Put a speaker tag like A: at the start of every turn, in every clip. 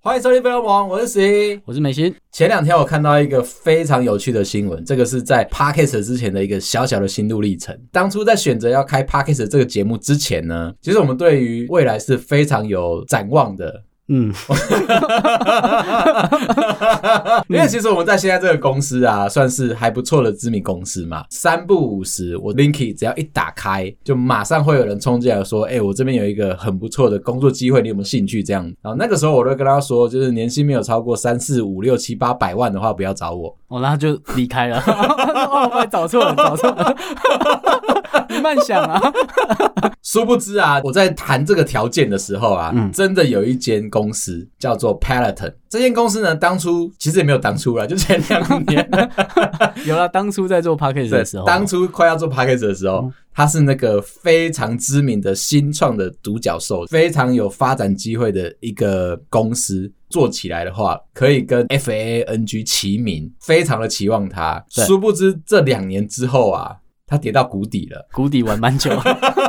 A: 欢迎收听飞龙王，我是十一。
B: 我是美心，
A: 前两天我看到一个非常有趣的新闻，这个是在 Podcast 之前的一个小小的心路历程。当初在选择要开 Podcast 这个节目之前呢，其实我们对于未来是非常有展望的。
B: 嗯，
A: 啊因为其实我们在现在这个公司啊，算是还不错的知名公司嘛。三不五十，我 Linky 只要一打开，就马上会有人冲进来说：“哎、我这边有一个很不错的工作机会，你有没有兴趣？”这样，然后那个时候我都会跟他说，就是年薪没有超过三四五六七八百万的话，不要找我。
B: 哦，然后就离开 了。哦，我找错了，找错了。 你慢想啊，
A: 殊不知啊，我在谈这个条件的时候啊，
B: 嗯
A: 真的有一间公司叫做 Peloton。这间公司呢，当初其实也没有当初啦，就前两年。
B: 有了，当初在做 p a c k a g e
A: 对
B: 的时，候，嗯
A: 当初快要做 p a c k a g e 的时候，他是那个非常知名的新创的独角兽，非常有发展机会的一个公司。做起来的话，可以跟 F A N G 齐名，非常的期望它。
B: 对
A: 殊不知这两年之后啊，它跌到谷底了。
B: 谷底玩蛮久，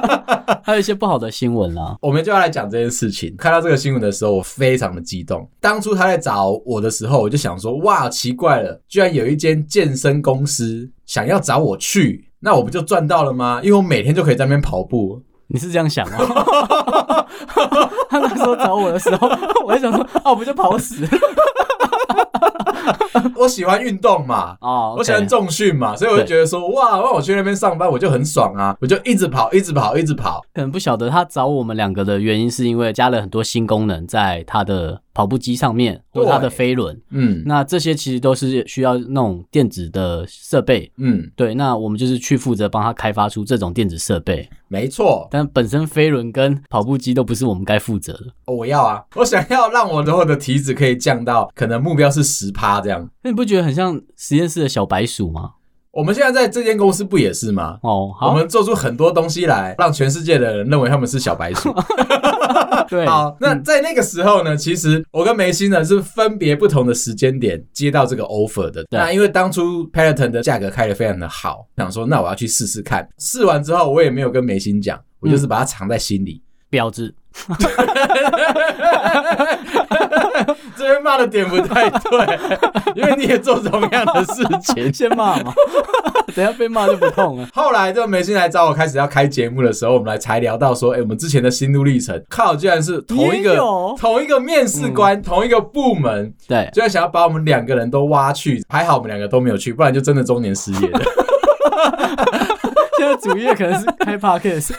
B: 还有一些不好的新闻啊啦。
A: 我们就要来讲这件事情。看到这个新闻的时候，我非常的激动。当初他在找我的时候，我就想说，哇，奇怪了，居然有一间健身公司想要找我去，那我不就赚到了吗？因为我每天就可以在那边跑步。
B: 你是这样想哦？ 他那时候找我的时候，我就想说，哦，我不就 跑死
A: 我喜欢运动嘛。
B: 哦
A: 我喜欢重训嘛，所以我就觉得说，哇，那我去那边上班我就很爽啊，我就一直跑，一直跑，一直跑。
B: 可能不晓得他找我们两个的原因，是因为加了很多新功能在他的跑步机上面，或者他
A: 对
B: 的飞轮。
A: 嗯
B: 那这些其实都是需要那种电子的设备。
A: 嗯，
B: 对，那我们就是去负责帮他开发出这种电子设备，
A: 没错，
B: 但本身飞轮跟跑步机都不是我们该负责的。
A: 我要啊，我想要让我的我的体脂可以降到，可能目标是十趴这样。
B: 那你不觉得很像实验室的小白鼠吗？
A: 我们现在在这间公司不也是吗？
B: 哦，
A: 我
B: 好，
A: 们做出很多东西来，让全世界的人认为他们是小白鼠。
B: 对，嗯
A: 好，那在那个时候呢，其实我跟梅西呢是分别不同的时间点接到这个 offer 的。那因为当初 Peloton 的价格开得非常的好，想说那我要去试试看。试完之后，我也没有跟梅心讲，我
B: 嗯
A: 就是把它藏在心里。
B: 婊子，
A: 这边骂的点不太对， 因为你也做同样的事情。
B: 前先骂嘛， 等一下被骂就不痛了。
A: 后来这个梅心来找我，开始要开节目的时候，我们来才聊到说，哎、我们之前的心路历程，靠，居然是同一
B: 你也
A: 个
B: 有嗯
A: 同一个面试官，同一个部门，
B: 对，
A: 居然想要把我们两个人都挖去，还好我们两个都没有去，不然就真的中年失业了。
B: 现在主业可能是开 podcast，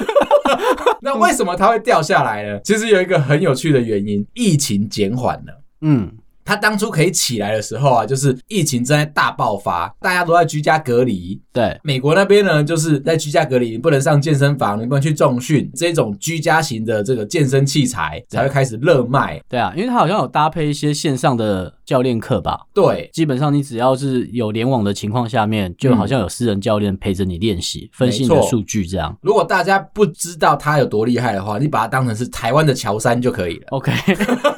A: 那为什么它会掉下来呢？其实有一个很有趣的原因，疫情减缓了。
B: 嗯，
A: 它当初可以起来的时候啊，就是疫情正在大爆发，大家都在居家隔离，
B: 对，
A: 美国那边呢，就是在居家隔离，你不能上健身房，你不能去重训，这种居家型的这个健身器材才会开始热卖。
B: 对啊，因为它好像有搭配一些线上的教练课吧，
A: 对，
B: 基本上你只要是有联网的情况下面，就好像有私人教练陪着你练习，分析你
A: 嗯没
B: 的
A: 错
B: 数据这样。
A: 如果大家不知道它有多厉害的话，你把它当成是台湾的乔山就可以了。
B: OK，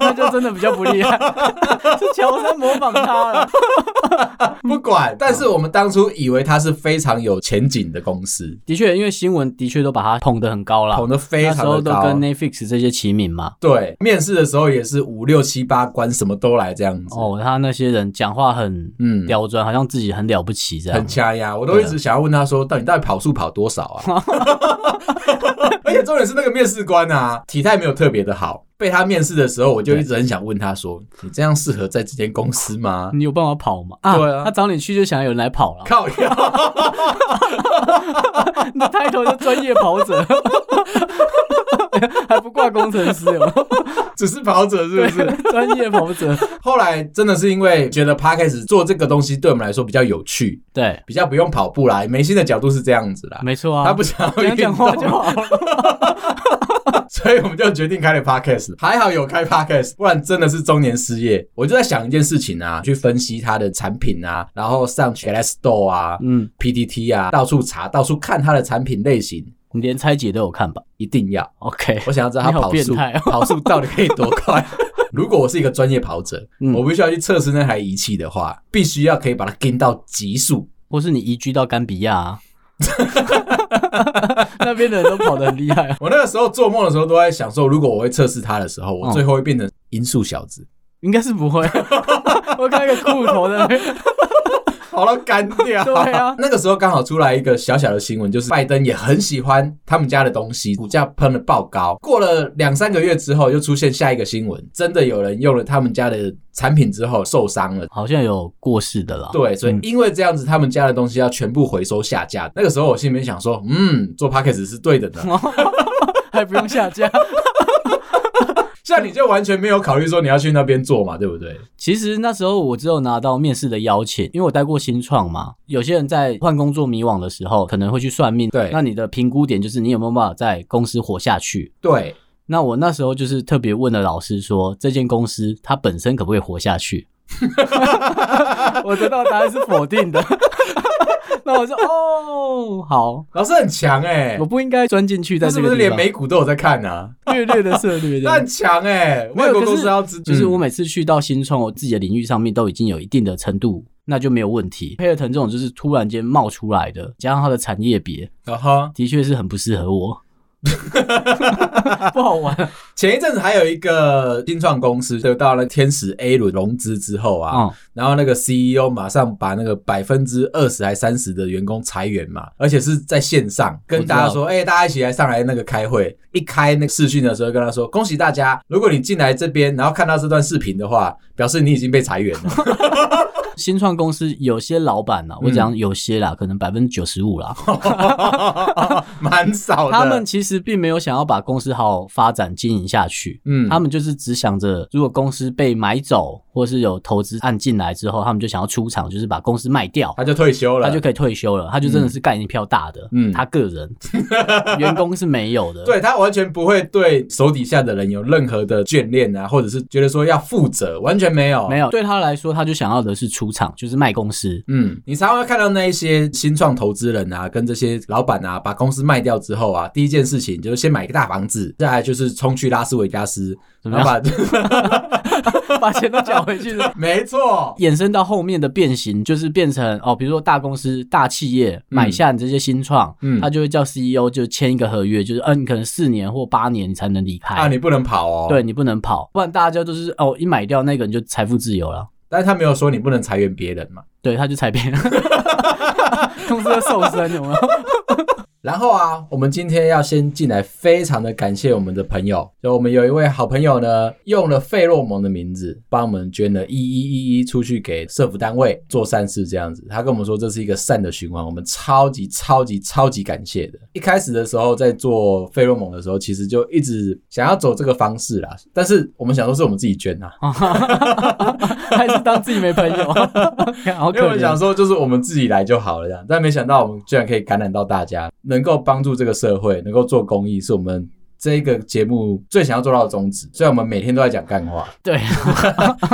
B: 那 就真的比较不厉害， 是乔杉模仿他了。嗯
A: 不管，但是我们当初以为它是非常有前景的公司，
B: 的确，因为新闻的确都把他捧得很高啦，
A: 捧得非
B: 啊那时候
A: 常的
B: 都跟
A: 高。啊
B: Netflix 这些齐名嘛。
A: 对，面试的时候也是五六七八关，什么都来这样子。哦，
B: 哦，他那些人讲话很
A: 嗯，
B: 刁钻，好像自己很了不起这
A: 很
B: 样。
A: 掐呀，我都一直想要问他说，到底到底跑速跑多少 啊？而且重点是那个面试官啊，体态没有特别的好。被他面试的时候，我就一直很想问他说：“你这样适合在这间公司吗
B: 你有办法跑吗？啊，
A: 对啊
B: 他找你去就想要有人来跑？”了，
A: 靠腰，
B: 你的 title 就专业跑 者，还不挂工程师哦，
A: 只是跑者是不是？
B: 专业跑者。
A: 后来真的是因为觉得 p 开始做这个东西对我们来说比较有趣，
B: 对，
A: 比较不用跑步啦。梅心的角度是这样子啦，
B: 没错啊，
A: 他不想要
B: 讲
A: 运
B: 讲话就
A: 动，啊
B: 好了。
A: 所以我们就决定开了 podcast。还好有开 podcast，不然真的是中年失业。我就在想一件事情啊，去分析它的产品啊，然后上 LS Store 啊、
B: 嗯，
A: PTT 啊，到处查，到处看它的产品类型，
B: 你连拆解都有看吧
A: 一定要。
B: ？OK，
A: 我想要知道它
B: 你好
A: 跑速、
B: 变态哦
A: 跑速到底可以多 快。如果我是一个专业跑者，
B: 嗯
A: 我必须要去测试那台仪器的话，必须要可以把它跟到极速。
B: 或是你移居到甘比亚、啊， 那边的人都跑得很厉害啊。
A: 我那个时候做梦的时候都在想说，如果我会测试它的时候，我
B: 嗯
A: 最后会变成音速小子。
B: 应该是不会。 我看一个裤头的，
A: 好了，干掉。
B: 对啊
A: 那个时候刚好出来一个小小的新闻，就是拜登也很喜欢他们家的东西，股价喷了爆高。过了两三个月之后，又出现下一个新闻，真的有人用了他们家的产品之后受伤了。
B: 好像有过世的啦。
A: 对，所以
B: 嗯
A: 因为这样子，他们家的东西要全部回收下架。那个时候我心里面想说，嗯，做 p a c k a g e 是对的 呢。
B: 还不用下架。
A: 像你就完全没有考虑说你要去那边做嘛，对不对？
B: 其实那时候我只有拿到面试的邀请，因为我待过新创嘛。有些人在换工作迷惘的时候，可能会去算命。
A: 对
B: 那你的评估点就是你有没有办法在公司活下去。
A: 对，
B: 那我那时候就是特别问了老师说，这间公司它本身可不可以活下去？ 我得到答案是否定的。 那我说哦，好，
A: 老师很强哎、
B: 我不应该钻进去在
A: 他是
B: 这
A: 不
B: 个
A: 是
B: 地
A: 连
B: 方，
A: 美股都有在看啊？
B: 略略的策略这
A: 他
B: 样
A: 很。强哎、
B: 没有
A: 外国公
B: 可
A: 司
B: 是
A: 要知，
B: 就是我
A: 嗯
B: 每次去到新创，我自己的领域上面都已经有一定的程度，那就没有问题。佩尔腾这种就是突然间冒出来的，加上它的产业别，
A: 啊哈。
B: 的确是很不适 合我， 不好玩
A: 前一阵子还有一个新创公司得到了天使 A 轮融资之后啊，
B: 啊、
A: 然后那个 CEO 马上把那个百分之二十还三十的员工裁员嘛，而且是在线上跟大家说，哎、大家一起来上来那个开会。一开那个视讯的时候，跟他说，恭喜大家，如果你进来这边，然后看到这段视频的话，表示你已经被裁员 了。
B: 新创公司有些老板
A: 嗯
B: 呢、我讲有些啦，可能百分之九十五啦，
A: 蛮少的。
B: 他们其实并没有想要把公司好好发展经营下去。
A: 嗯
B: 他们就是只想着，如果公司被买走，或是有投资案进来之后，他们就想要出场，就是把公司卖掉。
A: 他就退休了，
B: 他就可以退休了，他就真的是干一票大的，
A: 嗯
B: 嗯，他个 人员工是没有的，，
A: 对他完全不会对手底下的人有任何的眷恋啊，或者是觉得说要负责，完全没有，
B: 没。有对他来说，他就想要的是出场，就是卖公司，
A: 嗯，你常常会看到那一些新创投资人啊，跟这些老板啊，把公司卖掉之后啊，第一件事情就是先买一个大房子，再来就是冲去拉斯维加斯，
B: 怎么
A: 然
B: 样
A: 后把，。
B: 把钱都缴回去了
A: 没错，
B: 衍生到后面的变形，就是变成哦，比如说大公司、大企业买下你这些新创，
A: 嗯
B: 他就会叫 CEO 就签一个合约，就是嗯、你可能四年或八年你才能离开，
A: 啊，你不能跑哦。
B: 对，你不能跑，不然大家都是哦，一买掉那个你就财富自由了，
A: 但是他没有说你不能裁员别人嘛。
B: 对，他就 裁变，公司要瘦身，有没有？
A: 然后啊，我们今天要先进来，非常的感谢我们的朋友，就我们有一位好朋友呢，用了费洛蒙的名字，帮我们捐了一一一一出去给社福单位做善事这样子。他跟我们说这是一个善的循环，我们超级超级超级感谢的。一开始的时候在做费洛蒙的时候，其实就一直想要走这个方式啦，但是我们想说是我们自己捐啊，
B: 还是当自己没朋 友，好
A: 因为我
B: 可
A: 们想
B: 怜。
A: 说就是我们自己来就好了这样，但没想到我们居然可以感染到大家，能够帮助这个社会，能够做公益，是我们这个节目最想要做到的宗旨。虽然我们每天都在讲干 话，
B: 对，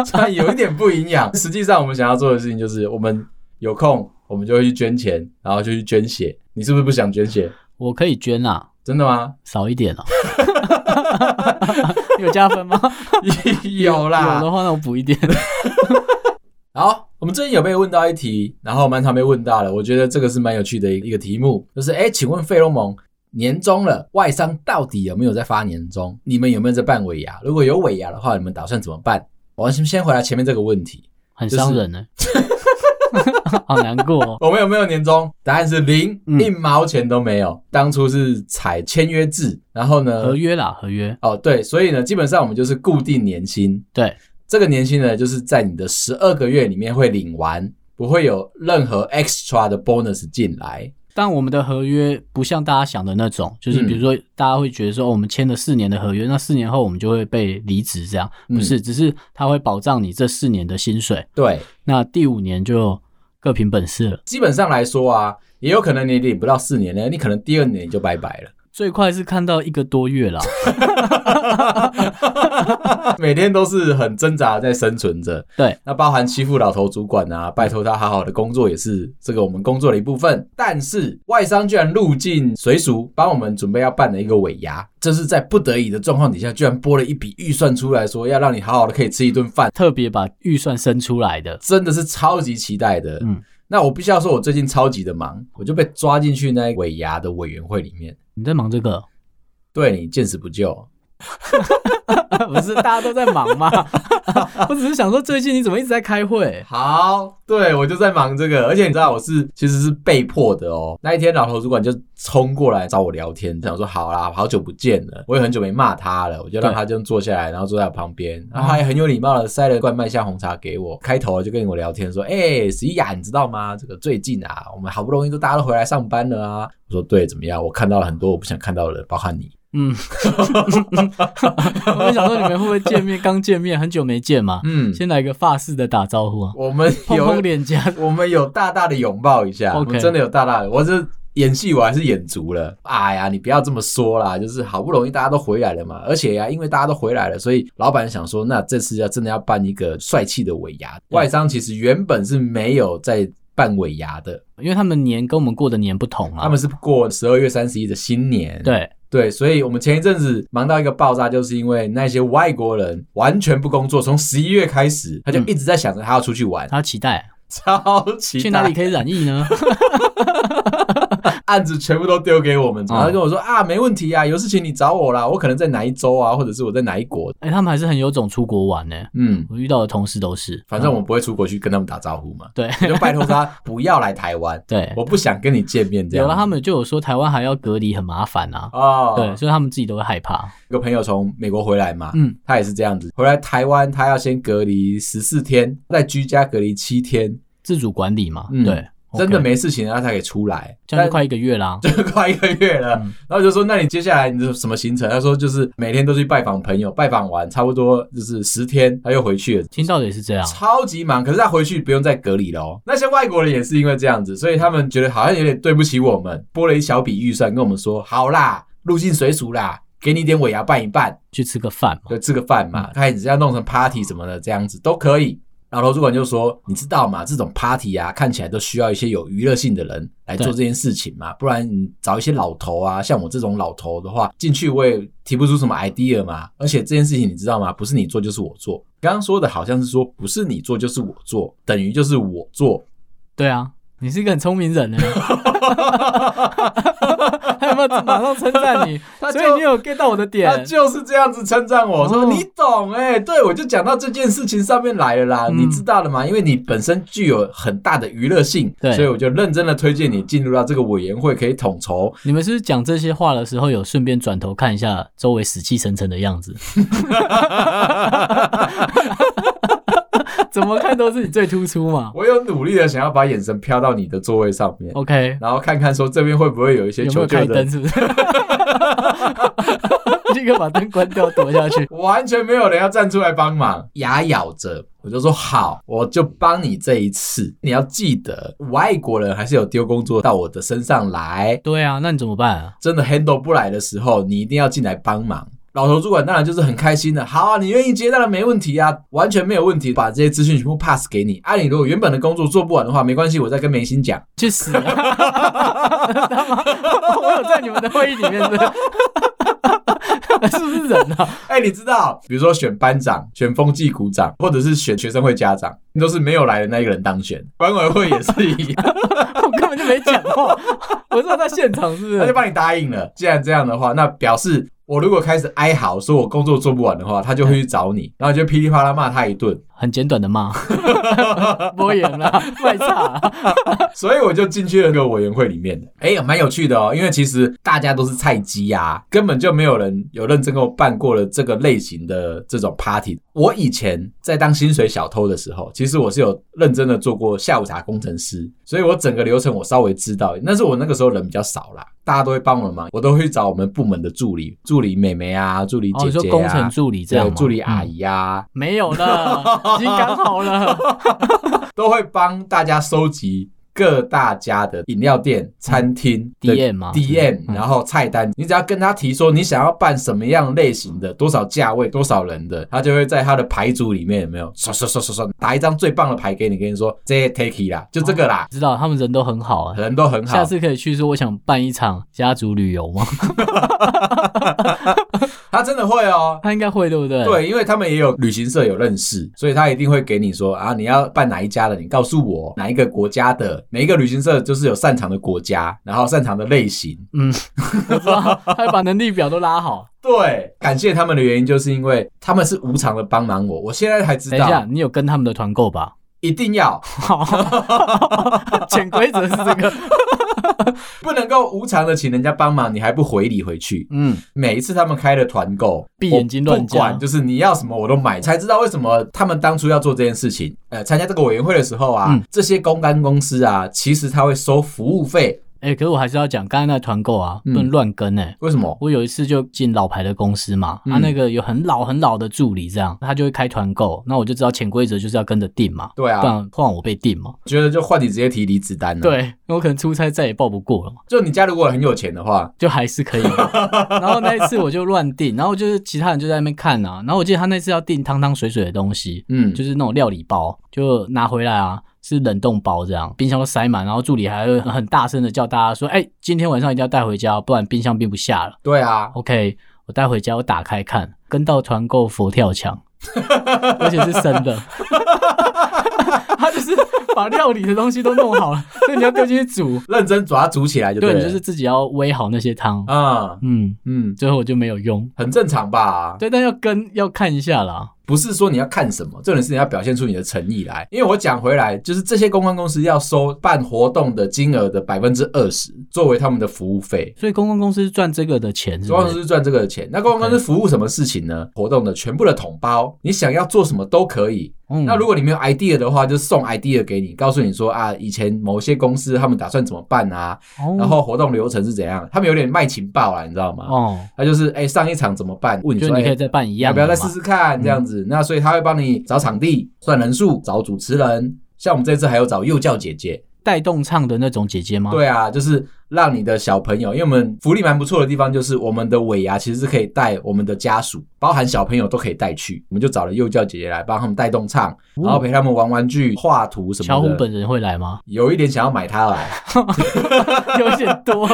A: 虽然有一点不营养，实际上我们想要做的事情就是，我们有空我们就会去捐钱，然后就去捐血。你是不是不想捐血？
B: 我可以捐啊，
A: 真的 吗？
B: 少一点 哦。有加分吗？
A: 有啦，
B: 有的话那我补一点。
A: 好，我们最近有被问到一题，然后蛮常被问到了，我觉得这个是蛮有趣的一一个题目，就是哎，诶请问费洛蒙年终了，外商到底有没有在发年终？你们有没有在办尾牙？如果有尾牙的话，你们打算怎么办？我先先回答前面这个问题，
B: 很伤人呢、好难过、哦。
A: 我们有没有年终？答案是零，
B: 嗯
A: 一毛钱都没有。当初是采签约制，然后呢
B: 合，约啦，合约，
A: 哦对，所以呢，基本上我们就是固定年薪，
B: 对，
A: 这个年薪呢，就是在你的十二个月里面会领完，不会有任何 extra 的 bonus 进来。
B: 但我们的合约不像大家想的那种，就是比如说大家会觉得说，哦，我们签了四年的合约，那四年后我们就会被离职，这样
A: 嗯
B: 不是，只是他会保障你这四年的薪水，
A: 对，
B: 那第五年就各凭本事了。
A: 基本上来说啊，也有可能你领不到四年呢，你可能第二年你就拜拜了。
B: 最快是看到一个多月啦，
A: 每天都是很挣扎地在生存着。
B: 对，
A: 那包含欺负老头主管啊，拜托他好好的工作也是这个我们工作的一部分。但是外商居然入境随俗，帮我们准备要办的一个尾牙，这是在不得已的状况底下，居然拨了一笔预算出来说要让你好好的可以吃一顿饭。
B: 特别把预算生出来的。
A: 真的是超级期待的。嗯
B: 嗯，
A: 那我必须要说，我最近超级的忙，我就被抓进去那尾牙的委员会里面，
B: 你在忙这个？
A: 对你见死不救。
B: 不是大家都在忙吗？ 我只是想说，最近你怎么一直在开会？
A: 好，对我就在忙这个，而且你知道我是其实是被迫的哦。那一天老头主管就冲过来找我聊天，想说好啦，好久不见了，我也很久没骂他了，我就让他就坐下来，然后坐在我旁边，然后他也很有礼貌的塞了罐麦香红茶给我，开头就跟我聊天说，哎、十一雅，你知道吗？这个最近啊，我们好不容易都大家都回来上班了啊。我说对，怎么样？我看到了很多我不想看到的人，包含你。
B: 嗯，我就想说你们会不会见面？刚见面很久没见嘛，
A: 嗯，
B: 先来个法式的打招呼啊，
A: 我们
B: 碰
A: 有
B: 碰脸颊。
A: 我们有大大的拥抱一下
B: OK
A: 我们真的有大大的，我这演戏我还是演足了。哎呀，你不要这么说啦，就是好不容易大家都回来了嘛，而且呀、因为大家都回来了，所以老板想说，那这次要真的要办一个帅气的尾牙。
B: 对
A: 外商其实原本是没有在办尾牙的，
B: 因为他们年跟我们过的年不同啊。
A: 他们是过十二月三十一的新年。
B: 对
A: 对，所以我们前一阵子忙到一个爆炸，就是因为那些外国人完全不工作，从十一月开始，他就
B: 嗯
A: 一直在想着他要出去玩，
B: 他期待
A: 超期待
B: 去哪里可以染疫呢？
A: 案子全部都丢给我们，然后
B: 嗯
A: 跟我说、啊，没问题啊，有事情你找我啦，我可能在哪一州啊，或者是我在哪一国，
B: 哎、他们还是很有种出国玩呢、
A: 嗯，
B: 我遇到的同事都是，
A: 反正我
B: 嗯
A: 们不会出国去跟他们打招呼嘛，
B: 对
A: 我就拜托他不要来台湾，
B: 对，
A: 我不想跟你见面这样。
B: 有了他们就有说台湾还要隔离很麻烦啊。
A: 哦，
B: 对，，所以他们自己都会害怕。
A: 一个朋友从美国回来嘛，
B: 嗯，
A: 他也是这样子，回来台湾他要先隔离十四天，再居家隔离七天，
B: 自主管理嘛，
A: 嗯
B: 对，
A: 真的
B: OK，
A: 没事情然后才可以出来，
B: 这样
A: 但
B: 就快一个月啦。
A: 就 快一个月了，然后就说那你接下来你是什么行程？他说就是每天都去拜访朋友，拜访完差不多就是十天，他又回去了。
B: 听到的也是这样，
A: 超级忙，可是他回去不用再隔离了哦。那些外国人也是因为这样子，所以他们觉得好像有点对不起我们，拨了一小笔预算跟我们说，好啦，入境随俗啦，给你一点尾牙办一办，
B: 去吃个饭嘛。嗯
A: 就吃个饭嘛，开始要弄成 party 什么的，这样子都可以。老头主管就说：“你知道吗？这种 party 啊，看起来都需要一些有娱乐性的人来做
B: 对
A: 这件事情嘛，不然你找一些老头啊，像我这种老头的话，进去我也提不出什么 idea 嘛。而且这件事情你知道吗？不是你做就是我做。刚刚说的好像是说不是你做就是我做，等于就是我做。
B: 对啊，你是一个很聪明 人呢。他有没有马上称赞你？
A: 他就
B: 所以你有 get 到我的
A: 他
B: 点？
A: 就是这样子称赞我说：“
B: 哦
A: 你懂哎、对我就讲到这件事情上面来了啦，
B: 嗯
A: 你知道了吗？因为你本身具有很大的娱乐性，
B: 对
A: 所以我就认真的推荐你进入到这个委员会，可以统筹。
B: 你们是不是讲这些话的时候，有顺便转头看一下周围死气沉沉的样子？ 怎么看都是你最突出嘛。
A: 我有努力的想要把眼神飘到你的座位上面，
B: OK，
A: 然后看看说这边会不会有一些
B: 有没
A: 求
B: 哦有
A: 救
B: 开
A: 的
B: 灯？。是不是？ 立刻把灯关掉，躲下去。
A: 完全没有人要站出来帮忙，牙咬着，我就说好，我就帮你这一次。你要记得，外国人还是有丢工作到我的身上来，
B: 对啊，那你怎么办啊？
A: 真的 handle 不来的时候，你一定要进来帮忙。老头主管当然就是很开心的，好啊，你愿意接当然没问题啊，完全没有问题，把这些资讯全部 pass 给你。啊，你如果原本的工作做不完的话，没关系，我再跟梅心讲。
B: 去死、啊！ 我有在你们的会议里面是不 是是不是人啊？
A: 哎、你知道，比如说选班长、选风纪股长，或者是选学生会家长，都是没有来的那一个人当选。管委会也是一样，
B: 我根本就没讲话，我说在现场是不？
A: 他就是哎帮你答应了。既然这样的话，那表示我如果开始哀嚎说我工作做不完的话，他就会去找你，然后你就噼里啪啦骂他一顿。
B: 很简短的 骂，播演啦，卖差啦，
A: 所以我就进去了那个委员会里面的，哎、蛮有趣的哦，因为其实大家都是菜鸡呀、啊，根本就没有人有认真给我办过了这个类型的这种 party。我以前在当薪水小偷的时候，其实我是有认真的做过下午茶工程师，所以我整个流程我稍微知道，但是我那个时候人比较少啦，大家都会帮我的忙，我都会去找我们部门的助理、助理妹妹啊、助理
B: 哦，
A: 姐
B: 你说
A: 姐
B: 工
A: 啊
B: 程、助理这样
A: 对
B: 吗？
A: 助理阿
B: 嗯
A: 姨啊，
B: 没有了，已经刚好 了。
A: 都会帮大家收集各大家的饮料店、餐厅的
B: DM 吗
A: DM，
B: 嗯
A: 然后菜单，你只要跟他提说你想要办什么样类型的、多少价位、多少人的，他就会在他的牌组里面有没有刷刷刷刷刷打一张最棒的牌给你，跟你说这 take it 啦，就这个啦，
B: 知道他们人都很好啊，
A: 人都很好
B: 下。次可以去说我想办一场家族旅游 吗？
A: 他真的会哦。
B: 他应该会对不对？，
A: 对，因为他们也有旅行社有认识，所以他一定会给你说啊，你要办哪一家的，你告诉我哪一个国家的，每一个旅行社就是有擅长的国家，然后擅长的类型。
B: 嗯，我知
A: 啊
B: 道，他会把能力表都拉好。
A: 对，感谢他们的原因就是因为他们是无偿的帮忙我，我现在才知
B: 等一下，
A: 道
B: 你有跟他们的团购吧？
A: 一定要
B: 潜规则是这个。
A: 不能够无偿的请人家帮忙，你还不回礼回去。
B: 嗯，
A: 每一次他们开的团购，
B: 闭眼睛乱
A: 我不
B: 加
A: 管就是你要什么我都买，才知道为什么他们当初要做这件事情。呃，参加这个委员会的时候啊，
B: 嗯
A: 这些公关公司啊，其实他会收服务费，
B: 哎、可是我还是要讲，刚才那团购啊，不
A: 嗯
B: 能乱跟哎、
A: 为什么？
B: 我有一次就进老牌的公司嘛，他、
A: 嗯
B: 那个有很老很老的助理，这样他就会开团购，那我就知道潜规则就是要跟着定嘛，
A: 对
B: 不
A: 啊，嗯
B: 然换我被定嘛。
A: 觉得就换你直接提离职单了。，
B: 对，那我可能出差再也报不过了嘛，
A: 就你家如果很有钱的话，
B: 就还是可以嘛。然后那一次我就乱定，然后就是其他人就在那边看啊，然后我记得他那次要订汤汤水水的东西，
A: 嗯，
B: 就是那种料理包，就拿回来啊，是冷冻包这样，冰箱都塞满，然后助理还会很大声的叫大家说，哎、今天晚上一定要带回家，哦不然冰箱冰不下了。
A: 对啊，
B: OK，我带回家，我打开看，跟到团购佛跳墙，而且是生的。 他就是把料理的东西都弄好了，所以你要丢进去煮。
A: 认真把它煮起来就
B: 对，
A: 了
B: 你就是自己要煨好那些汤。
A: 啊，
B: 嗯，
A: 嗯，
B: 最后我就没有用。
A: 很正常吧？
B: 对，但要跟要看一下啦。
A: 不是说你要看什么，重点是你要表现出你的诚意来。因为我讲回来，就是这些公关公司要收办活动的金额的百分之二十作为他们的服务费。
B: 所以公关公司赚这个的钱是
A: 公关
B: 不
A: 公
B: 是？
A: 司赚这个的钱，那公关公司服务什么事情呢？活动的全部的统包，你想要做什么都可以。
B: 嗯
A: 那如果你没有 idea 的话，就送 idea 给你，告诉你说啊，以前某些公司他们打算怎么办啊，然后活动流程是怎样，他们有点卖情报啊，你知道吗？
B: 嗯哦，
A: 他就是哎、上一场怎么办？问你
B: 就
A: 说
B: 你可
A: 哎
B: 以再办一
A: 要
B: 样
A: 不
B: 的嘛，嗯
A: 要再试试看这样子？那所以他会帮你找场地、算人数、找主持人。像我们这次还有找幼教姐姐，
B: 带动唱的那种姐姐吗？，
A: 对啊，就是让你的小朋友，因为我们福利蛮不错的地方，就是我们的尾牙其实是可以带我们的家属，包含小朋友都可以带去。我们就找了幼教姐姐来帮他们带动唱，然后陪他们玩玩具、画图什么的。？
B: 巧虎嗯本人会来吗
A: 有一点想要买它来，
B: 有点 多，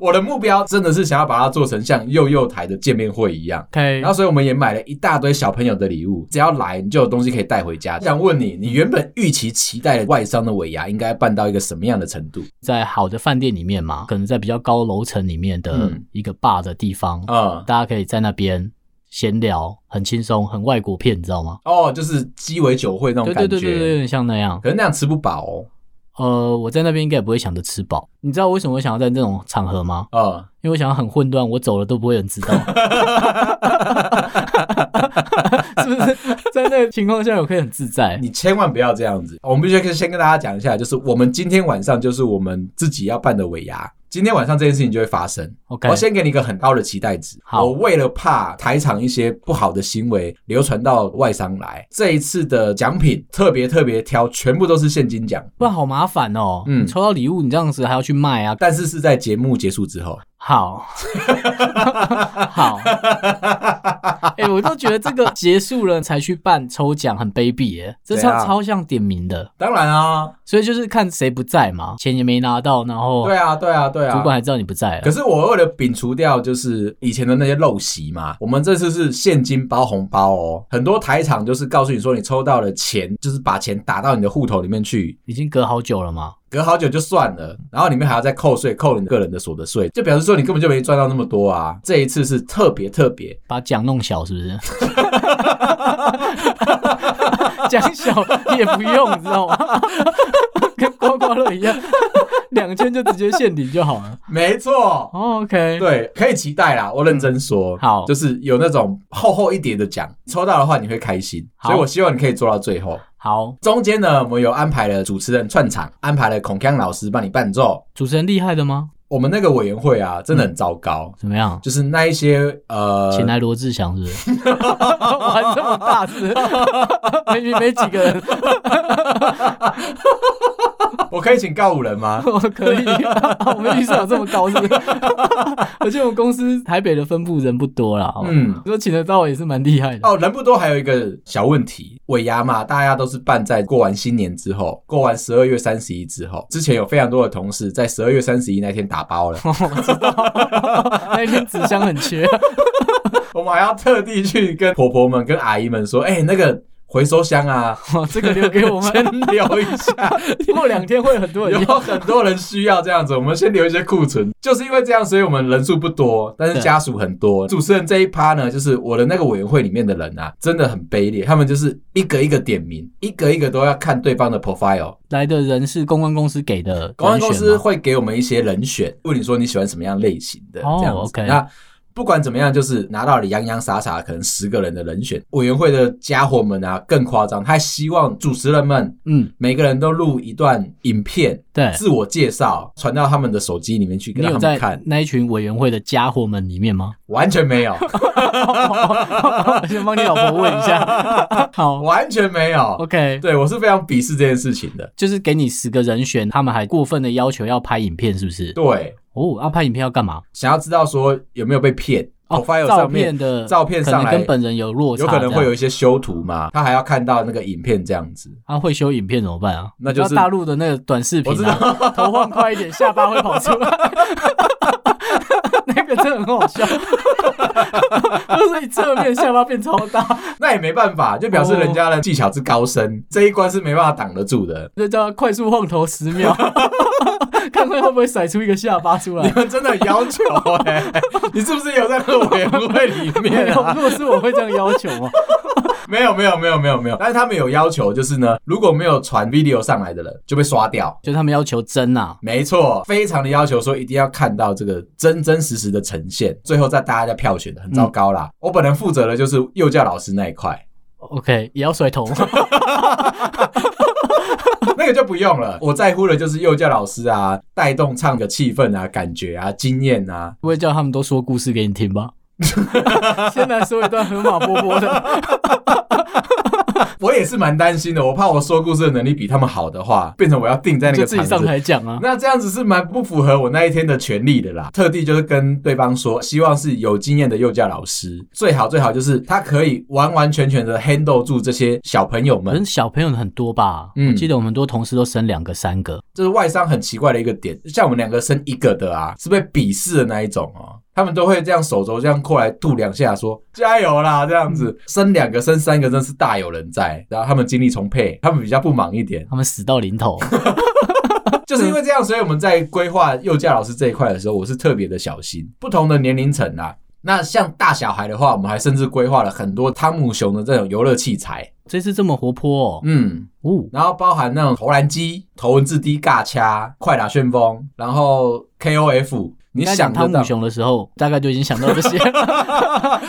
A: 我的目标真的是想要把它做成像幼幼台的见面会一样。
B: OK，
A: 然后，所以我们也买了一大堆小朋友的礼物，只要来你就有东西可以带回家。想问你，你原本预期期待的外商的尾牙应该办到一个什么样的程度？
B: 在好的饭店里面嘛，可能在比较高楼层里面的
A: 嗯
B: 一个 bar 的地方，
A: 嗯，
B: 大家可以在那边闲聊，很轻松，很外国片，你知道吗？
A: 哦，就是鸡尾酒会那种
B: 对
A: 感
B: 对
A: 觉。
B: 对对对，有点像那样。
A: 可是那样吃不饱哦。
B: 呃，我在那边应该也不会想着吃饱。你知道为什么我想要在那种场合吗？
A: 嗯，
B: 因为我想要很混乱，我走了都不会有 人知道。是不是在那个情况下我可以很自在？
A: 嗯你千万不要这样子。我们必须先先跟大家讲一下，就是我们今天晚上就是我们自己要办的尾牙，今天晚上这件事情就会发生。
B: OK
A: 我先给你一个很高的期待值。
B: 好
A: 我为了怕台场一些不好的行为流传到外商来，这一次的奖品特别特别挑，全部都是现金奖，
B: 不然好麻烦哦。
A: 嗯
B: 嗯，抽到礼物你这样子还要去卖啊。
A: 但是是在节目结束之后。
B: 好，好，哎、我都觉得这个结束了才去办抽奖很卑鄙耶，这
A: 怎
B: 超
A: 样
B: 超像点名的，
A: 当然啊，
B: 所以就是看谁不在嘛，钱也没拿到，然后
A: 对啊，对啊，对啊。
B: 主管还知道你不在
A: 可
B: 了，
A: 是我为了摒除掉就是以前的那些陋习嘛，我们这次是现金包红包哦。很多台场就是告诉你说你抽到了钱，就是把钱打到你的户头里面去，
B: 已经隔好久了嘛，
A: 隔好久就算了，然后里面还要再扣税，扣你个人的所得税，就表示说你根本就没赚到那么多啊。这一次是特别特别，
B: 把奖弄小是 不是？奖小也不用，你知道吗？ 跟刮刮乐一样，两千就直接现领就好了。
A: 没错。
B: 哦 OK，
A: 对，可以期待啦。我认真说，
B: 嗯好
A: 就是有那种厚厚一叠的奖，抽到的话你会开心，
B: 好
A: 所以我希望你可以做到最后。
B: 好，
A: 中间呢，我们有安排了主持人串场，安排了孔锵老师帮你伴奏，
B: 主持人厉害的吗？
A: 我们那个委员会啊，真的很糟糕，
B: 怎么样？
A: 就是那一些呃，
B: 嗯请来罗志祥是不是？ 玩这么大是不是？ 没没没几个人，
A: 我可以请告五人 吗？
B: 我可以。我们预算有这么高是不是？ 而且我们公司台北的分部人不多啦，嗯，
A: 嗯，
B: 说请得到也是蛮厉害的。，
A: 哦，人不多，还有一个小问题，尾牙嘛，大家都是办在过完新年之后，过完十二月三十一之后，之前有非常多的同事在十二月三十一那天打包了
B: 我知道， 那天纸箱很缺。
A: 我们还要特地去跟婆婆们、跟阿姨们说，哎、那个。回收箱啊，
B: 哇，哦这个留给 我
A: 先
B: 们，
A: 留一下，
B: 过两天会有很多人
A: 有
B: 用。
A: 很多人需要这样子，我们先留一些库存。就是因为这样，所以我们人数不多，但是
B: 对
A: 家属很多。主持人这一趴呢，就是我的那个委员会里面的人啊，真的很卑劣，他们就是一个一个点名，一个一个都要看对方的 profile。
B: 来的人是公关公司给的人选吗，
A: 公关公司会给我们一些人选，问你说你喜欢什么样类型的、
B: 哦
A: 这样子。
B: OK
A: 那不管怎么样，就是拿到了洋洋洒洒可能十个人的人选，委员会的家伙们啊更夸张，他还希望主持人们
B: 嗯，
A: 每个人都录一段影片，
B: 对。
A: 自我介绍，传到他们的手机里面去给
B: 你
A: 他
B: 有
A: 们
B: 在
A: 看，
B: 那一群委员会的家伙们里面吗？
A: 完全没有，
B: 我先帮你老婆问一 下。好
A: 完全没有。
B: ，OK，
A: 对我是非常鄙视这件事情的。
B: 就是给你十个人选，他们还过分的要求要拍影片，是不是？
A: 对，
B: 哦，要、拍影片要干嘛？
A: 想要知道说有没有被骗
B: 哦，
A: ，profile
B: 照
A: 上面
B: 片的
A: 照片
B: 可
A: 上
B: 能
A: 来
B: 跟本人有落差，
A: 有可能会有。一些修图嘛，他还要看到那个影片这样子。
B: 他、啊、会修影片怎么办啊？
A: 那就是
B: 你知道大陆的那个短视频、啊，
A: 我知道
B: 头晃快一点，下巴会跑出来。 那个真的很好笑，就是一侧面下巴变超大，
A: 那也没办法，就表示人家的技巧之高深，这一关是没办法挡得住 的。
B: 就叫他快速晃头十秒， 看看会不会甩出一个下 巴出
A: 你
B: 来。
A: 们真的有要求 哎、你是不是有在那个委员会里
B: 没
A: 面
B: 有，
A: 啊？
B: 如果是我会这样要求哦 吗？
A: 没有没有没有没有没有，但是他们有要求，就是呢，如果没有传 video 上来的人就被刷掉。
B: 就他们要求真啊，
A: 没错，非常的要求说一定要看到这个真真实实的呈现，最后再大家再票选，很糟糕啦。我本人负责的就是幼教老师那一块，
B: OK，也要甩头吗？
A: 那个就不用了。我在乎的就是幼教老师啊，带动唱个气氛啊、感觉啊、经验啊，
B: 不会叫他们都说故事给你 听吧？先来说一段河马波波的，
A: 我也是蛮担心的，我怕我说故事的能力比他们好的话，变成我要定在那
B: 就
A: 个
B: 自己
A: 场
B: 上
A: 子。
B: 台讲啊。
A: 那这样子是蛮不符合我那一天的权利的啦。特地就是跟对方说，希望是有经验的幼教老师，最好最好就是他可以完完全全的 handle 住这些小朋友
B: 可
A: 们
B: 是。小朋友很多吧？
A: 嗯
B: 我记得我们很多同事都生两个、三个，
A: 这是外商很奇怪的一个点，像我们两个生一个的啊，是被鄙视的那一种哦。他们都会这样手肘这样过来度两下说加油啦，这样子生两个生三个真是大有人在。然后他们精力充沛，他们比较不忙一点，
B: 他们死到 临头。
A: 就是因为这样，所以我们在规划幼教老师这一块的时候，我是特别的小心。不同的年龄层啊，那像大小孩的话，我们还甚至规划了很多汤姆熊的这种游乐器材，
B: 这次这么活泼哦，
A: 嗯，
B: 哦，
A: 然后包含那种投篮机、头文字 D、尬掐、快打旋风，然后 KOF，你
B: 在
A: 想
B: 讲
A: 得
B: 汤
A: 到
B: 姆。熊的时候，大概就已经想到 这些，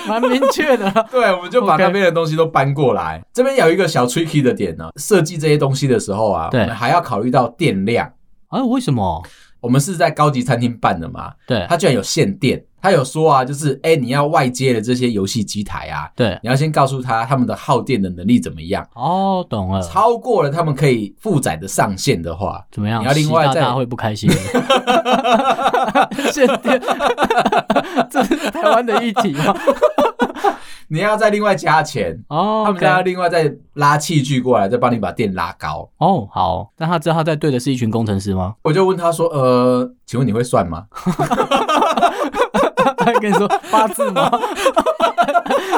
B: 蛮明确的。
A: 对，我们就把
B: OK
A: 那边的东西都搬过来。这边有一个小 tricky 的点呢、啊设计这些东西的时候啊，我
B: 对
A: 们还要考虑到电量。
B: 啊，为什么？
A: 我们是在高级餐厅办的嘛，
B: 对
A: 他居然有限电，他有说啊，就是哎、诶你要外接的这些游戏机台啊，
B: 对，
A: 你要先告诉他他们的耗电的能力怎么样，
B: 哦，懂了。
A: 超过了他们可以负载的上限的话，
B: 怎么样？
A: 你要另外
B: 习大大
A: 再
B: 会不 开心。 限电， 这是台湾的议题吗？
A: 你要再另外加钱，
B: 哦，
A: 他们
B: OK
A: 家要另外再拉器具过来，再帮你把电拉高。
B: 哦，好，那他知道他在对的是一群工程师吗？
A: 我就问他说，呃，请问你会算吗？
B: 他跟你 说八字吗？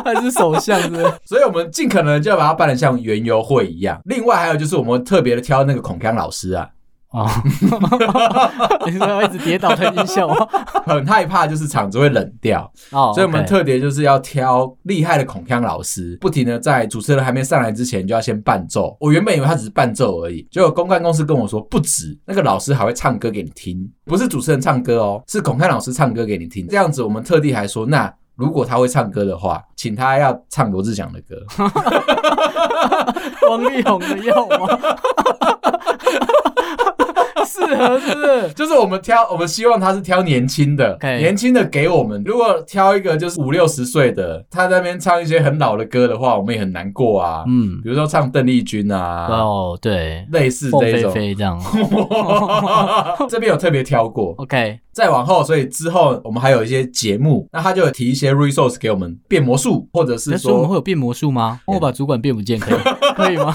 B: 还是手相之类的？
A: 所以我们尽可能就要把它办得像园游会一样。另外还有就是我们特别的挑那个孔康老师啊，
B: 哦，你说要一直跌倒的音效吗？
A: 很害怕就是场子会冷掉。
B: 哦，
A: 所以我们
B: OK
A: 特别就是要挑厉害的孔锵老师，不停的在主持人还没上来之前就要先伴奏。我原本以为他只是伴奏而已，结果公关公司跟我说不止，那个老师还会唱歌给你听，不是主持人唱歌哦，是孔锵老师唱歌给你听。这样子，我们特地还说那。如果他会唱歌的话，请他要唱罗志祥 的歌。
B: 王力宏的药吗？ 适合是不是？
A: 就是我们挑，我们希望他是挑年轻 的
B: OK
A: 年轻的给我们。如果挑一个就是五六十岁的，他在那边唱一些很老的歌的话，我们也很难过啊。
B: 嗯，
A: 比如说唱邓丽君啊，
B: 哦，对，
A: 类似
B: 凤
A: 这一
B: 飞
A: 种。
B: 飞这样。
A: 这边有特别挑过，
B: OK，
A: 再往后，所以之后我们还有一些节目，那他就有提一些 resource 给我们变魔术，或者
B: 那
A: 是
B: 说我们会
A: 说
B: 有变魔术吗？我把主管变不见可以可以吗？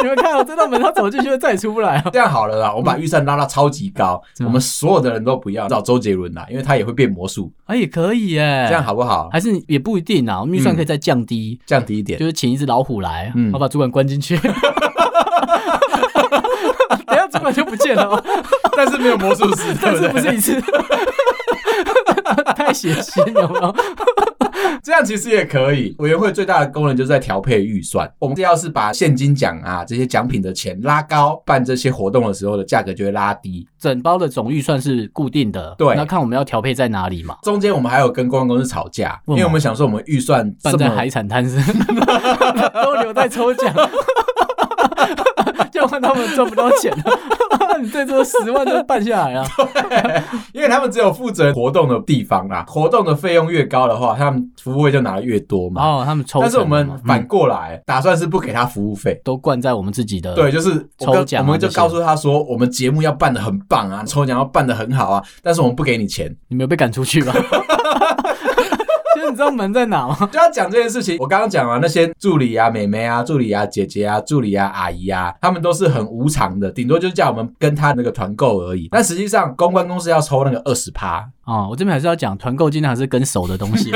B: 你们看哦我这道门，他走进去再也出不来啊！
A: 这样好了啦，我们把预算拉到超级高，
B: 嗯
A: 我们所有的人都不要找周杰伦啦，因为他也会变魔术，
B: 啊，也可以耶，
A: 这样好不好？
B: 还是也不一定啊，我们预算可以再降低，
A: 降低一点
B: 哎就，是请一只老虎来，
A: 嗯
B: 我把主管关进去， 等一下主管就不见了哦，
A: 但是没有魔术 师，
B: 但
A: 对
B: 是不
A: 对
B: 是一次？太血腥了有没有，
A: 这样其实也可以。委员会最大的功能就是在调配预算。我们要是把现金奖啊这些奖品的钱拉高，办这些活动的时候的价格就会拉低。
B: 整包的总预算是固定的，
A: 对
B: 那看我们要调配在哪里嘛。
A: 中间我们还有跟公关公司吵架，
B: 为
A: 因
B: 什么
A: 为我们想说我们预算这
B: 办在
A: 么
B: 海产摊是， 都留在抽奖， 要不然他们赚不到钱了。 你最多十万就办下来 啊！
A: 因为他们只有负责活动的地方啦，活动的费用越高的话，他们服务费就拿的越多嘛。
B: 哦，他们抽
A: 但
B: 成了嘛，
A: 是我们反
B: 嗯
A: 过来，打算是不给他服务费。
B: 都灌在我们自己的
A: 对，就是我
B: 抽
A: 跟
B: 奖啊
A: 我们就
B: 这些
A: 告诉他说，我们节目要办的很棒啊，抽奖要办的很好啊，但是我们不给你钱。
B: 你没有被赶 出去吧？其实你知道门在哪吗？
A: 就要讲这件事情，我刚刚讲啊，那些助理啊、妹妹啊、助理啊、姐姐啊、助理啊、阿姨啊，他们都是很无偿的，顶多就是叫我们跟他那个团购而已。但实际上，公关公司要抽那个二十趴，
B: 哦，我这边还是要讲，团购尽量还是跟熟的 东西。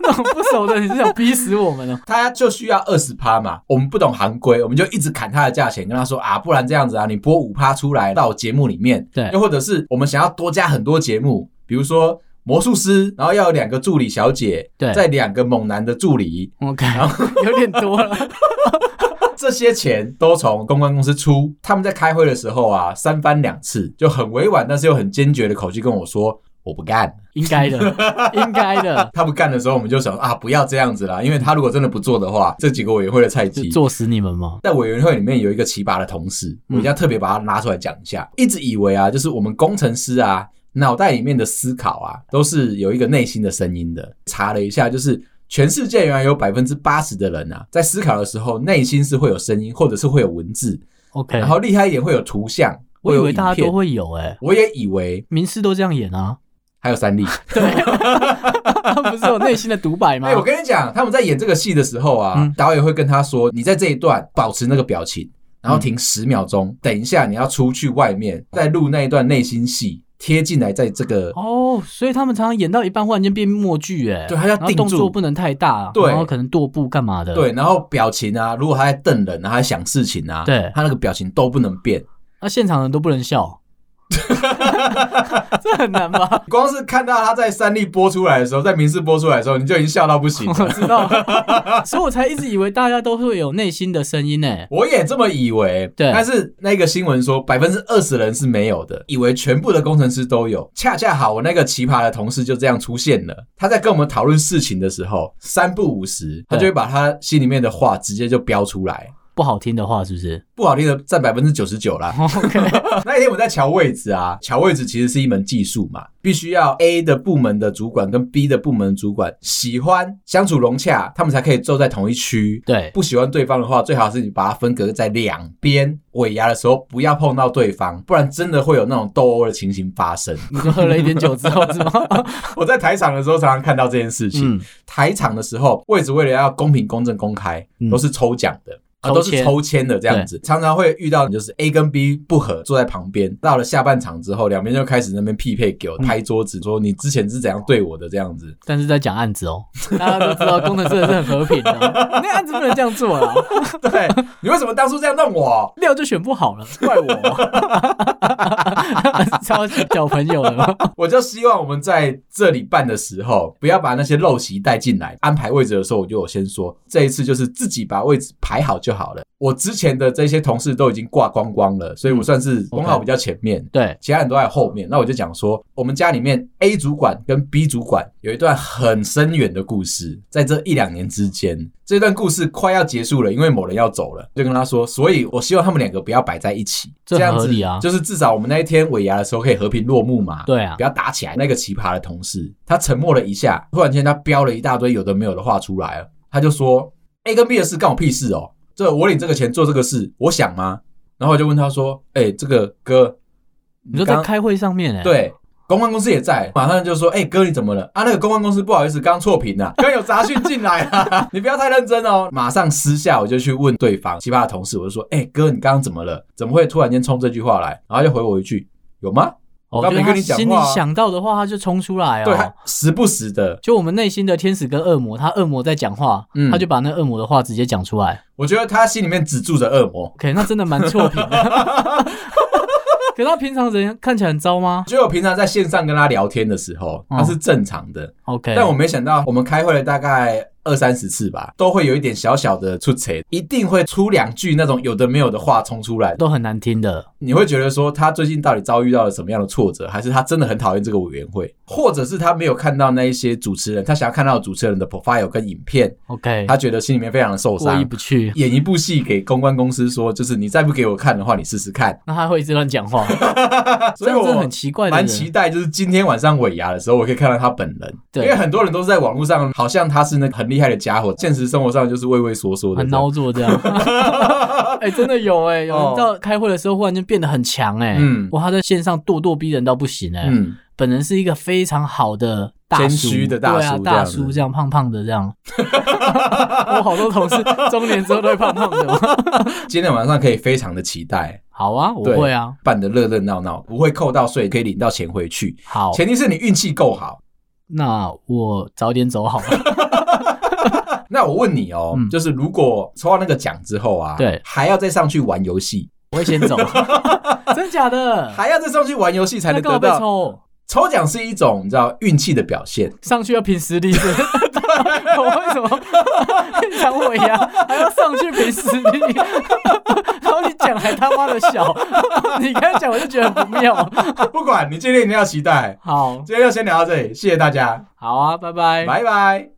B: 那种不熟的，你是想逼死我们哦？
A: 他就需要二十趴嘛。我们不懂行规，我们就一直砍他的价钱，跟他说啊，不然这样子啊，你拨五趴出来到我节目里面，
B: 对
A: 又或者是我们想要多加很多节目，比如说。魔术师，然后要有两个助理小姐，
B: 对
A: 再两个猛男的助理，
B: ，OK，有点多了。
A: 这些钱都从公关公司出。他们在开会的时候啊，三番两次就很委婉，但是又很坚决的口气跟我说。我不干，
B: 应该的， 应该的，
A: 他不干的时候，我们就想啊，不要这样子啦，因为他如果真的不做的话，这几个委员会的菜
B: 就
A: 鸡。
B: 作死你们嘛。
A: 在委员会里面有一个奇葩的同事，我一定要
B: 嗯
A: 特别把他拿出来讲一下。一直以为啊，就是我们工程师啊，脑袋里面的思考啊，都是有一个内心的声音的。查了一下，就是全世界原来有百分之八十的人啊，在思考的时候，内心是会有声音，或者是会有文字，
B: OK，
A: 然后厉害一点会有图像，
B: 我
A: 会
B: 以
A: 有
B: 为大
A: 影
B: 家
A: 片
B: 都。会有哎、
A: 我也以为
B: 名师都这样演 啊，
A: 还有三例。
B: 不是有内心的独白吗
A: 哎，？我跟你讲，他们在演这个戏的时候啊
B: 啊嗯，
A: 导演会跟他说：“你在这一段保持那个表情，然后停十秒钟，等一下你要出去外面，再录那一段内心戏，贴进来，在这个
B: 哦，所以他们常常演到一半，忽然间变默剧哎、
A: 对他要
B: 然后
A: 定
B: 动
A: 住
B: 作不能太大，
A: 对
B: 然后可能跺步干嘛的，
A: 对，然后表情啊，如果他在瞪人，然后他在想事情啊，
B: 对
A: 他那个表情都不能变。
B: 那现场人都不能笑， 这很难吧？
A: 光是看到他在三立播出来的时候，在民视播出来的时候，你就已经笑到不行 了。
B: 我知道， 所以我才一直以为大家都会有内心的声音呢。
A: 我也这么以为，
B: 对
A: 但是那个新闻说百分之二十人是没有的，以为全部的工程师都有。恰恰好，我那个奇葩的同事就这样出现了。他在跟我们讨论事情的时候，三不五时，他就会把他心里面的话直接就标出来。
B: 不好听的话是不是
A: 不好听的占百分之九十九啦。
B: ？OK，
A: 那一天我在瞧位置啊，瞧位置其实是一门技术嘛，必须要 A 的部门的主管跟 B 的部门的主管喜欢相处融洽，他们才可以坐在同一区。
B: 对，
A: 不喜欢对方的话，最好是你把它分隔在两边，尾牙的时候不要碰到对方，不然真的会有那种斗殴的情形发生。
B: 你说喝了一点酒之后是吗？
A: 我在台场的时候常常看到这件事情。
B: 嗯，
A: 台场的时候，位置为了要公平、公正、公开
B: 嗯，
A: 都是抽奖的。啊，
B: 抽
A: 都是
B: 签
A: 抽签的这样子，常常会遇到就是 A 跟 B 不合，坐在旁边。到了下半场之后，两边就开始那边匹配给我
B: 嗯
A: 拍桌子，说你之前是怎样对我的这样 子。
B: 但是在讲案子哦，大家都知道工程师是很和平的，哦那案子不能这样做啦，
A: 对你为什么当初这样弄我？
B: 料就选不好了，怪我，哦 超级小朋友的哦吗？
A: 我就希望我们在这里办的时候，不要把那些陋习带进来。安排位置的时候，我就有先说，这一次就是自己把位置排好就好了。我之前的这些同事都已经挂光光了，所以我算是
B: 嗯
A: 光好比较前面。
B: 对，
A: 其他人都在后面，那我就讲说，我们家里面 A 主管跟 B 主管有一段很深远的故事，在这一两年之间，这段故事快要结束了，因为某人要走了，就跟他说，所以我希望他们两个不要摆在一起，
B: 这很
A: 样
B: 合
A: 子
B: 理啊
A: 就是至少我们那一天尾牙的时候可以和平落幕嘛。
B: 对啊
A: 不，要打起来。那个奇葩的同事，他沉默了一下，突然间他飙了一大堆有的没有的话出来了，他就说：“A 跟 B 的事干我屁事哦，这我领这个钱做这个事，我想吗？”然后我就问他说：“哎、这个哥，
B: 你说在
A: 刚
B: 开会上面哎，，
A: 对公关公司也在，马上就说：“哎、哥，你怎么了？啊，那个公关公司不好意思，刚错评了，刚有杂讯进来了， 你不要太认真哦。”马上私下我就去问对方奇葩的同事，我就说：“哎、哥，你刚刚怎么了？怎么会突然间冲这句话来？”然后就回我一句：“有吗？”
B: 哦，
A: 他
B: 就
A: 没
B: 是
A: 跟
B: 他
A: 你讲
B: 心里
A: 话啊
B: 想到的话，他就冲出来
A: 对，
B: 哦
A: 他。时不时的。
B: 就我们内心的天使跟恶魔，他恶魔在讲话，
A: 嗯
B: 他就把那恶魔的话直接讲出来。
A: 我觉得他心里面只住着恶魔，
B: OK，那真的蛮错评的。 可他平常人看起来很糟吗
A: 就我平常在线上跟他聊天的时候，
B: 嗯
A: 他是正常的，
B: ？OK，
A: 但我没想到我们开会了大概二三十次吧，都会有一点小小的出错，一定会出两句那种有的没有的话冲出来，
B: 都很难听的。
A: 你会觉得说他最近到底遭遇到了什么样的挫折，还是他真的很讨厌这个委员会，或者是他没有看到那一些主持人，他想要看到主持人的 profile 跟影片，
B: OK，
A: 他觉得心里面非常的受
B: 过意
A: 伤。
B: 不去，
A: 演一部戏给公关公司说，就是你再不给我看的话，你试试看。
B: 那他会一直乱讲话，
A: 所以
B: 这样真的
A: 我
B: 很奇怪的人。
A: 蛮期待，就是今天晚上尾牙的时候，我可以看到他本人。
B: 对
A: 因为很多人都是在网络上，好像他是那个很厉害的家伙，现实生活上就是畏畏缩缩的
B: 很
A: 这样。
B: 孬作这样。 哎、真的有哎、有
A: 哦
B: 人到开会的时候忽然间变得很强哎、
A: 嗯
B: 哇，他在线上咄咄逼人到不行哎、
A: 嗯，
B: 本人是一个非常好的大叔，
A: 谦虚的大叔
B: 对啊，
A: 这样子
B: 大叔这样胖胖的 这样。我好多同事中年之后都会胖胖的嘛。
A: 今天晚上可以非常的期待，
B: 好啊，我
A: 对
B: 会啊，
A: 办得热热闹闹，不会扣到税，可以领到钱回去。
B: 好，
A: 前提是你运气够好。
B: 那我早点走好 了。
A: 那我问你哦，
B: 嗯
A: 就是如果抽到那个奖之后啊，
B: 对
A: 还要再上去玩游戏，
B: 我会先 走，真假的？
A: 还要再上去玩游戏才
B: 那
A: 能
B: 干嘛
A: 得
B: 被
A: 到。
B: 抽？
A: 抽奖是一种你知道运气的表现，
B: 上去要凭实力是不是？我为什么一场尾牙还要上去凭实 力？然后你讲还他妈的小，你刚才讲我就觉得很不妙。
A: 不管你今天一定要期待。
B: 好，
A: 今天就先聊到这里，谢谢大家，
B: 好啊，拜拜。
A: 拜拜。